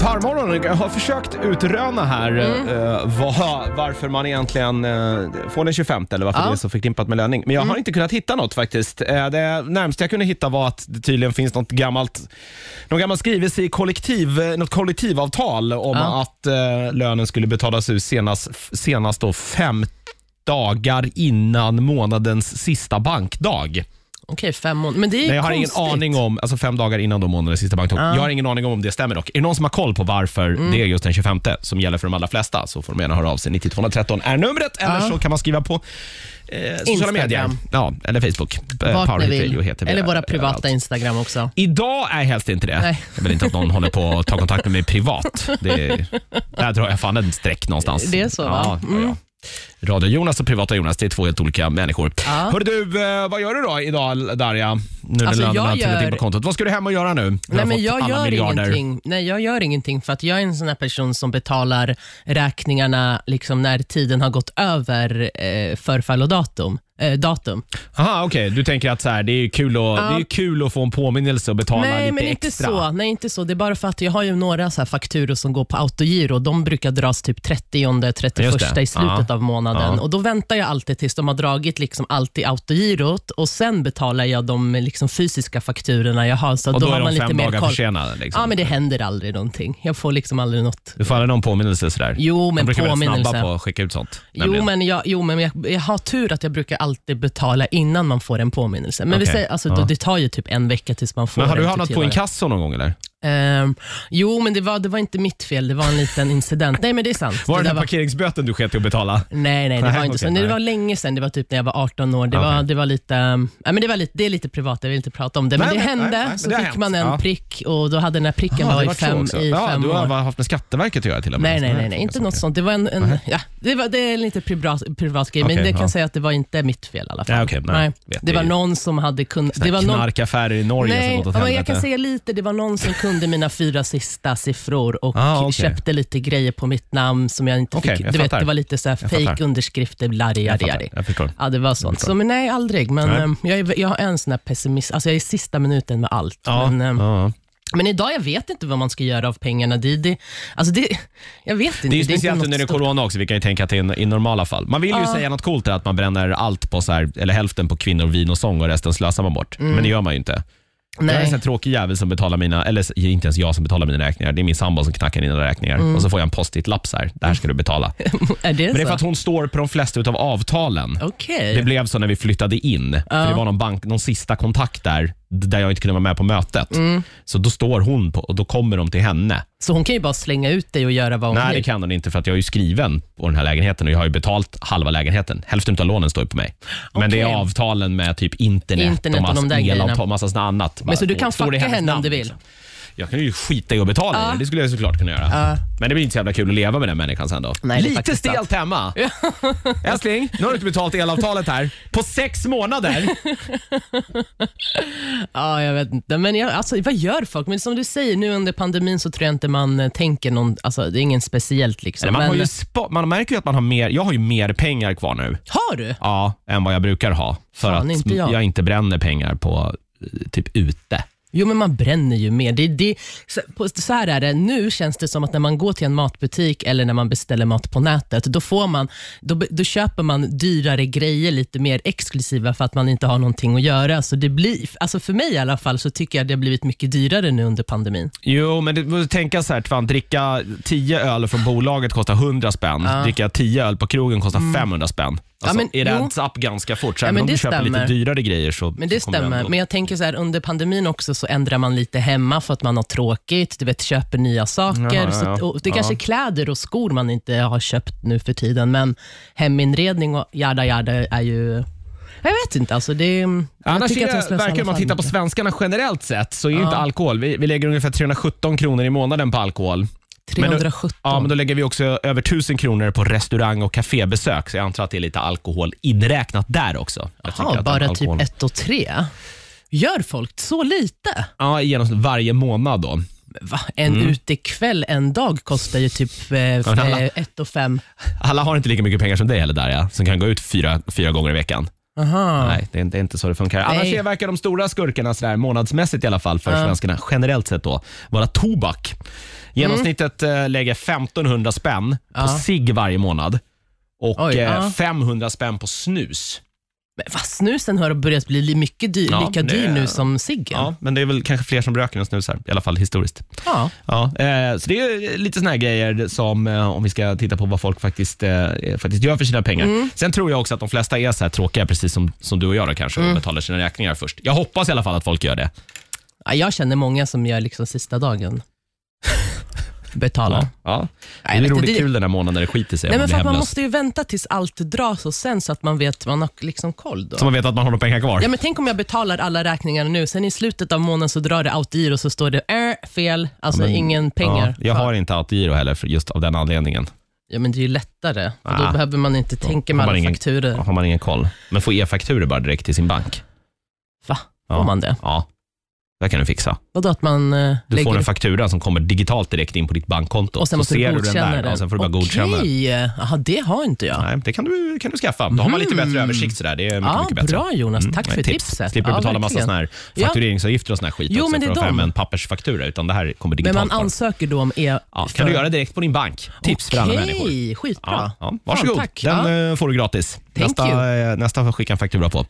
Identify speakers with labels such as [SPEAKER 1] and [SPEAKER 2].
[SPEAKER 1] Parmorgon eh, jag har försökt utröna här
[SPEAKER 2] Mm.
[SPEAKER 1] eh, vad, varför man egentligen eh, får den 25 eller varför
[SPEAKER 2] Ja. Mm.
[SPEAKER 1] det är så förknippat med löning. Men jag har inte kunnat hitta något faktiskt. Eh, det närmaste jag kunde hitta var att det tydligen finns något gammalt, någon gammal skrivelse i kollektiv, eh, något kollektivavtal om
[SPEAKER 2] Ja.
[SPEAKER 1] att eh, lönen skulle betalas ut senast, f- senast då fem dagar innan månadens sista bankdag.
[SPEAKER 2] Okej, fem månader. Men det är
[SPEAKER 1] Nej, jag har
[SPEAKER 2] konstigt.
[SPEAKER 1] ingen aning om, alltså fem dagar innan då månadens sista bankdag. Jag har ingen aning om om det stämmer dock. Är det någon som har koll på varför
[SPEAKER 2] Mm.
[SPEAKER 1] det är just den 25 som gäller för de allra flesta så får de gärna höra av sig. 9213 är numret eller så kan man skriva på eh, sociala
[SPEAKER 2] Instagram.
[SPEAKER 1] medier. Ja, eller Facebook. Eh,
[SPEAKER 2] Vart ni
[SPEAKER 1] Power Hit Radio
[SPEAKER 2] vill.
[SPEAKER 1] heter vi
[SPEAKER 2] Eller våra
[SPEAKER 1] överallt.
[SPEAKER 2] privata Instagram också.
[SPEAKER 1] Idag är helst inte det.
[SPEAKER 2] Nej.
[SPEAKER 1] Jag vill inte att någon håller på att ta kontakt med mig privat. Det är, där drar jag fan en streck någonstans.
[SPEAKER 2] Det är så,
[SPEAKER 1] ja,
[SPEAKER 2] va? Mm.
[SPEAKER 1] ja, ja. Radio-Jonas och privata-Jonas, det är två helt olika människor.
[SPEAKER 2] Ja.
[SPEAKER 1] Hörru du, eh, vad gör du då idag Darja? Nu när
[SPEAKER 2] Alltså,
[SPEAKER 1] lönen
[SPEAKER 2] jag
[SPEAKER 1] har trillat in
[SPEAKER 2] gör-
[SPEAKER 1] på kontot. Vad ska du hem och göra nu? Du har
[SPEAKER 2] Nej, men
[SPEAKER 1] fått
[SPEAKER 2] jag
[SPEAKER 1] alla
[SPEAKER 2] gör
[SPEAKER 1] miljarder.
[SPEAKER 2] ingenting. Nej, jag gör ingenting för att jag är en sån här person som betalar räkningarna liksom när tiden har gått över eh, förfall och datum. Eh, datum.
[SPEAKER 1] Aha, okej. Du tänker att så här, det, är ju kul att, det är ju kul att få en påminnelse och betala
[SPEAKER 2] Nej,
[SPEAKER 1] lite
[SPEAKER 2] men inte
[SPEAKER 1] extra.
[SPEAKER 2] så. Nej, inte så. Det är bara för att jag har ju några så här fakturor som går på autogiro. De brukar dras typ 30, 31
[SPEAKER 1] Just det.
[SPEAKER 2] i slutet
[SPEAKER 1] Ja.
[SPEAKER 2] av månaden.
[SPEAKER 1] Ja.
[SPEAKER 2] Och Då väntar jag alltid tills de har dragit liksom allt i autogirot och sen betalar jag de liksom fysiska fakturorna jag har. Så
[SPEAKER 1] Och då,
[SPEAKER 2] har
[SPEAKER 1] är
[SPEAKER 2] man
[SPEAKER 1] de
[SPEAKER 2] lite
[SPEAKER 1] fem
[SPEAKER 2] mer
[SPEAKER 1] dagar
[SPEAKER 2] koll.
[SPEAKER 1] försenade. Liksom.
[SPEAKER 2] Ja, men det händer aldrig någonting. Jag får liksom aldrig något.
[SPEAKER 1] Du får aldrig någon påminnelse sådär?
[SPEAKER 2] Jo,
[SPEAKER 1] De
[SPEAKER 2] men
[SPEAKER 1] brukar vara rätt
[SPEAKER 2] påminnelse.
[SPEAKER 1] snabba på att skicka ut sånt.
[SPEAKER 2] Jo,
[SPEAKER 1] nämligen.
[SPEAKER 2] men, jag, jo, men jag, jag har tur att jag brukar alltid betala innan man får en påminnelse. Men vi
[SPEAKER 1] Okej.
[SPEAKER 2] säger, alltså, då,
[SPEAKER 1] Ja.
[SPEAKER 2] det tar ju typ en vecka tills man får
[SPEAKER 1] men har du
[SPEAKER 2] den till
[SPEAKER 1] hamnat på
[SPEAKER 2] tillgången.
[SPEAKER 1] inkasso någon gång eller?
[SPEAKER 2] Ehm, jo, men det var, det var inte mitt fel. Det var en liten incident. Nej, men det är sant.
[SPEAKER 1] Var det
[SPEAKER 2] det
[SPEAKER 1] den
[SPEAKER 2] där
[SPEAKER 1] där parkeringsböten du sket i att betala?
[SPEAKER 2] nej, nej, det
[SPEAKER 1] Nej,
[SPEAKER 2] var inte
[SPEAKER 1] okej,
[SPEAKER 2] så. Nej, Det
[SPEAKER 1] nej.
[SPEAKER 2] var länge sedan. Det var typ när jag var 18 år. Det, var,
[SPEAKER 1] Okej.
[SPEAKER 2] det var lite... ehm, Nej, men det, var lite det är lite privat, jag vill inte prata om det. Men
[SPEAKER 1] Nej,
[SPEAKER 2] det
[SPEAKER 1] nej,
[SPEAKER 2] hände,
[SPEAKER 1] nej, nej,
[SPEAKER 2] så
[SPEAKER 1] det
[SPEAKER 2] fick
[SPEAKER 1] har hänt.
[SPEAKER 2] man en
[SPEAKER 1] Ja.
[SPEAKER 2] prick och då hade den här pricken
[SPEAKER 1] Jaha, det
[SPEAKER 2] varit
[SPEAKER 1] var
[SPEAKER 2] i
[SPEAKER 1] så
[SPEAKER 2] fem,
[SPEAKER 1] också.
[SPEAKER 2] i
[SPEAKER 1] ja,
[SPEAKER 2] fem
[SPEAKER 1] du har
[SPEAKER 2] år.
[SPEAKER 1] bara haft med Skatteverket att göra till och med.
[SPEAKER 2] Nej, nej,
[SPEAKER 1] Så
[SPEAKER 2] nej,
[SPEAKER 1] det
[SPEAKER 2] nej,
[SPEAKER 1] är
[SPEAKER 2] inte
[SPEAKER 1] så.
[SPEAKER 2] något sånt. Det var en, en ja, det, var, det är en lite privat, privat grej,
[SPEAKER 1] Okej,
[SPEAKER 2] men det
[SPEAKER 1] ja.
[SPEAKER 2] kan säga att det var inte mitt fel i alla fall.
[SPEAKER 1] Nej, okej, nej. Vet
[SPEAKER 2] Det
[SPEAKER 1] det
[SPEAKER 2] var
[SPEAKER 1] ju.
[SPEAKER 2] någon som hade kunnat... Det var någon,
[SPEAKER 1] Knarkaffärer i Norge som
[SPEAKER 2] Nej,
[SPEAKER 1] gått åt
[SPEAKER 2] men jag
[SPEAKER 1] helvete.
[SPEAKER 2] kan säga lite. Det var någon som kunde mina fyra sista siffror och
[SPEAKER 1] Ah, okej.
[SPEAKER 2] köpte lite grejer på mitt namn som jag inte
[SPEAKER 1] Okej,
[SPEAKER 2] fick.
[SPEAKER 1] jag
[SPEAKER 2] du vet,
[SPEAKER 1] fattar.
[SPEAKER 2] det var lite så här
[SPEAKER 1] Jag
[SPEAKER 2] fake
[SPEAKER 1] fattar.
[SPEAKER 2] underskrifter,
[SPEAKER 1] Jag fattar,
[SPEAKER 2] larri
[SPEAKER 1] jag förstår.
[SPEAKER 2] Ja, det var sånt. Så, men nej, aldrig. Men
[SPEAKER 1] Nej.
[SPEAKER 2] ehm, jag, är, jag har en sån här pessimist. Alltså jag är i sista minuten med allt.
[SPEAKER 1] Ja,
[SPEAKER 2] Men, ehm,
[SPEAKER 1] ja.
[SPEAKER 2] men idag, jag vet inte vad man ska göra av pengarna. Det, det, alltså det, jag vet
[SPEAKER 1] Det
[SPEAKER 2] inte.
[SPEAKER 1] är ju
[SPEAKER 2] inte
[SPEAKER 1] speciellt
[SPEAKER 2] något
[SPEAKER 1] under det är
[SPEAKER 2] stort-
[SPEAKER 1] corona också, vi kan ju tänka att det är i normala fall. Man vill ju säga något coolt där, att man bränner allt på så här, eller hälften på kvinnor, vin och sång och resten slösar man bort. Men det gör man ju inte. Jag är en
[SPEAKER 2] Mm. Nej.
[SPEAKER 1] sån här tråkig jävel som betalar mina, eller inte ens jag som betalar mina räkningar. Det är min sambo som knackar in mina räkningar
[SPEAKER 2] Mm.
[SPEAKER 1] och så får jag en post-it-lapp så här. Det här ska du betala. Men
[SPEAKER 2] Är
[SPEAKER 1] det
[SPEAKER 2] det,
[SPEAKER 1] är
[SPEAKER 2] så?
[SPEAKER 1] för att hon står på de flesta utav avtalen.
[SPEAKER 2] Alltså. Okej.
[SPEAKER 1] Det blev så när vi flyttade in. För det var någon, bank, någon sista kontakt där, där jag inte kunde vara med på mötet.
[SPEAKER 2] Mm.
[SPEAKER 1] Så då står hon på, och då kommer de till henne.
[SPEAKER 2] Så hon kan ju bara slänga ut dig och göra vad hon
[SPEAKER 1] Nej, det
[SPEAKER 2] vill.
[SPEAKER 1] kan hon inte för att jag är ju skriven på den här lägenheten och jag har ju betalt halva lägenheten. Hälften av lånen står ju på mig. Men det är
[SPEAKER 2] Okej.
[SPEAKER 1] avtalen med typ internet,
[SPEAKER 2] Internet och
[SPEAKER 1] massa
[SPEAKER 2] de där grejerna.
[SPEAKER 1] elavtal, massa sådana annat.
[SPEAKER 2] Men så du kan
[SPEAKER 1] Står det i
[SPEAKER 2] fucka
[SPEAKER 1] hennes
[SPEAKER 2] henne om
[SPEAKER 1] namn,
[SPEAKER 2] du vill?
[SPEAKER 1] liksom. Jag kan ju skita i att betala
[SPEAKER 2] Ja.
[SPEAKER 1] det. Det skulle jag såklart kunna göra. Men det blir inte så jävla kul att leva med den människan sen då.
[SPEAKER 2] Nej, det är
[SPEAKER 1] Lite
[SPEAKER 2] faktiskt
[SPEAKER 1] stelt
[SPEAKER 2] sant.
[SPEAKER 1] hemma. Älskling, nu har du inte betalt elavtalet här på sex månader.
[SPEAKER 2] Ja, jag vet inte. Men jag, alltså, vad gör folk? Men som du säger, nu under pandemin så tror jag inte man eh, tänker någon... Alltså, det är ingen speciellt liksom.
[SPEAKER 1] Nej, man, har
[SPEAKER 2] men,
[SPEAKER 1] ju spa- man märker ju att man har mer, jag har ju mer pengar kvar nu.
[SPEAKER 2] Har du?
[SPEAKER 1] Ja, än vad jag brukar ha. För
[SPEAKER 2] Fan,
[SPEAKER 1] att
[SPEAKER 2] inte jag.
[SPEAKER 1] jag inte bränner pengar på eh, typ ute.
[SPEAKER 2] Jo, men man bränner ju mer. Det, det, så, på- så här är det, nu känns det som att när man går till en matbutik eller när man beställer mat på nätet, då, får man, då, be- då köper man dyrare grejer, lite mer exklusiva för att man inte har någonting att göra. Så det blir, alltså för mig i alla fall så tycker jag det har blivit mycket dyrare nu under pandemin.
[SPEAKER 1] Jo, men det måste tänka så här, fan, dricka 10 öl från bolaget kostar 100 spänn. Dricka 10 öl på krogen kostar 500 spänn. Alltså,
[SPEAKER 2] men-
[SPEAKER 1] it
[SPEAKER 2] jo.
[SPEAKER 1] adds up ganska fort. Så
[SPEAKER 2] Ja,
[SPEAKER 1] även
[SPEAKER 2] men
[SPEAKER 1] om du
[SPEAKER 2] det
[SPEAKER 1] köper lite
[SPEAKER 2] stämmer.
[SPEAKER 1] dyrare grejer så
[SPEAKER 2] Men det
[SPEAKER 1] så kommer
[SPEAKER 2] stämmer.
[SPEAKER 1] ändå-
[SPEAKER 2] Men jag tänker så här, under pandemin också så ändrar man lite hemma för att man har tråkigt, du vet, köper nya saker.
[SPEAKER 1] Jaha,
[SPEAKER 2] så,
[SPEAKER 1] ja.
[SPEAKER 2] att- och det är kanske är kläder och skor man inte har köpt nu för tiden, men heminredning och jada jada är ju... Jag vet inte. Alltså det, är- jag
[SPEAKER 1] Annars
[SPEAKER 2] tycker att
[SPEAKER 1] är,
[SPEAKER 2] de
[SPEAKER 1] det-
[SPEAKER 2] slösar i
[SPEAKER 1] verkar det,
[SPEAKER 2] alla
[SPEAKER 1] om man
[SPEAKER 2] fall
[SPEAKER 1] tittar på
[SPEAKER 2] inte.
[SPEAKER 1] svenskarna generellt sett, så är ju inte alkohol. Vi, vi lägger ungefär 317 kronor i månaden på alkohol. Men då-
[SPEAKER 2] 317.
[SPEAKER 1] Ja, men då lägger vi också över 1000 kronor på restaurang och kafébesök, så jag antar att det är lite alkohol inräknat där också. Jag tycker att
[SPEAKER 2] Jaha,
[SPEAKER 1] den
[SPEAKER 2] bara
[SPEAKER 1] alkoholen-
[SPEAKER 2] typ 1 och 3. Gör folk så lite?
[SPEAKER 1] Ja, i genomsnitt varje månad då.
[SPEAKER 2] Va? En utekväll en dag kostar ju typ
[SPEAKER 1] Mm. men alla-
[SPEAKER 2] 1 eh, ett och 5.
[SPEAKER 1] Alla har inte lika mycket pengar som dig heller Darja, som kan gå ut fyra, fyra gånger i veckan.
[SPEAKER 2] Aha.
[SPEAKER 1] Nej, det är, inte- det är inte så det funkar.
[SPEAKER 2] Nej.
[SPEAKER 1] Annars verkar de stora skurkarna, sådär, månadsmässigt i alla fall, för svenskarna generellt sett då, vara tobak. Genomsnittet
[SPEAKER 2] Mm.
[SPEAKER 1] eh, lägger 1500 spänn på cigg varje månad och
[SPEAKER 2] Oj,
[SPEAKER 1] eh,
[SPEAKER 2] ja.
[SPEAKER 1] 500 spänn på snus.
[SPEAKER 2] Men vad, snusen har börjat bli li- mycket dyr,
[SPEAKER 1] Ja,
[SPEAKER 2] lika
[SPEAKER 1] det-
[SPEAKER 2] dyr nu som ciggen.
[SPEAKER 1] Ja, men det är väl kanske fler som röker än snusar, i alla fall historiskt.
[SPEAKER 2] Ja.
[SPEAKER 1] Ja, eh, så det är lite såna här grejer som, eh, om vi ska titta på vad folk faktiskt, eh, faktiskt gör för sina pengar.
[SPEAKER 2] Mm.
[SPEAKER 1] Sen tror jag också att de flesta är så här tråkiga, precis som, som du och jag då kanske,
[SPEAKER 2] Mm.
[SPEAKER 1] och betalar sina räkningar först. Jag hoppas i alla fall att folk gör det.
[SPEAKER 2] Ja, jag känner många som gör liksom sista dagen. Betala.
[SPEAKER 1] Ja. ja.
[SPEAKER 2] Nej,
[SPEAKER 1] det
[SPEAKER 2] jag
[SPEAKER 1] är
[SPEAKER 2] vet
[SPEAKER 1] roligt
[SPEAKER 2] inte, det-
[SPEAKER 1] kul den här månaden när det skiter sig
[SPEAKER 2] Nej,
[SPEAKER 1] om man
[SPEAKER 2] men
[SPEAKER 1] blir
[SPEAKER 2] för att man
[SPEAKER 1] hemlös.
[SPEAKER 2] måste ju vänta tills allt dras och sen så att man vet, man har liksom koll då.
[SPEAKER 1] Så man vet att man har några pengar kvar.
[SPEAKER 2] Ja, men tänk om jag betalar alla räkningar nu, sen i slutet av månaden så drar det autogiro och så står det är fel, alltså
[SPEAKER 1] Ja, men-
[SPEAKER 2] ingen pengar.
[SPEAKER 1] Ja, jag har inte autogiro heller, för just av den anledningen.
[SPEAKER 2] Ja, men det är ju lättare, för då
[SPEAKER 1] Ah.
[SPEAKER 2] behöver man inte tänka med
[SPEAKER 1] Har man
[SPEAKER 2] alla
[SPEAKER 1] ingen-
[SPEAKER 2] fakturor.
[SPEAKER 1] Har man ingen koll. Men får e-fakturor bara direkt till sin bank?
[SPEAKER 2] Va?
[SPEAKER 1] Ja.
[SPEAKER 2] Får man det?
[SPEAKER 1] Ja, det kan du fixa.
[SPEAKER 2] Vadå att man eh,
[SPEAKER 1] Du
[SPEAKER 2] lägger
[SPEAKER 1] får en
[SPEAKER 2] upp-
[SPEAKER 1] faktura som kommer digitalt direkt in på ditt bankkonto.
[SPEAKER 2] och sen
[SPEAKER 1] Så
[SPEAKER 2] måste
[SPEAKER 1] ser
[SPEAKER 2] du
[SPEAKER 1] den
[SPEAKER 2] godkänna
[SPEAKER 1] där,
[SPEAKER 2] den?
[SPEAKER 1] Ja, sen får du bara godkänna den.
[SPEAKER 2] Okej, jaha det har inte jag.
[SPEAKER 1] Nej, det kan du, kan du skaffa. Då har man lite bättre översikt. Sådär. Det är mycket,
[SPEAKER 2] Mm. Ja,
[SPEAKER 1] mycket bättre. Mm,
[SPEAKER 2] bra Jonas, tack för
[SPEAKER 1] tips.
[SPEAKER 2] tipset.
[SPEAKER 1] Slipper
[SPEAKER 2] Ja,
[SPEAKER 1] betala massa
[SPEAKER 2] verkligen.
[SPEAKER 1] såna här
[SPEAKER 2] Ja.
[SPEAKER 1] faktureringsavgifter och sån här skit
[SPEAKER 2] Jo,
[SPEAKER 1] också
[SPEAKER 2] men det är
[SPEAKER 1] för att få hem
[SPEAKER 2] de.
[SPEAKER 1] en pappersfaktura, utan det här kommer
[SPEAKER 2] Men
[SPEAKER 1] digitalt.
[SPEAKER 2] man
[SPEAKER 1] bara.
[SPEAKER 2] ansöker då om e
[SPEAKER 1] ja, kan du göra det direkt på din bank. Tips för alla människor.
[SPEAKER 2] Okej, skitbra.
[SPEAKER 1] Ja, ja. Varsågod,
[SPEAKER 2] Fan, tack.
[SPEAKER 1] den
[SPEAKER 2] Ja.
[SPEAKER 1] eh, får du gratis.
[SPEAKER 2] Thank
[SPEAKER 1] Nästa, eh, nästa får jag skicka en faktura på.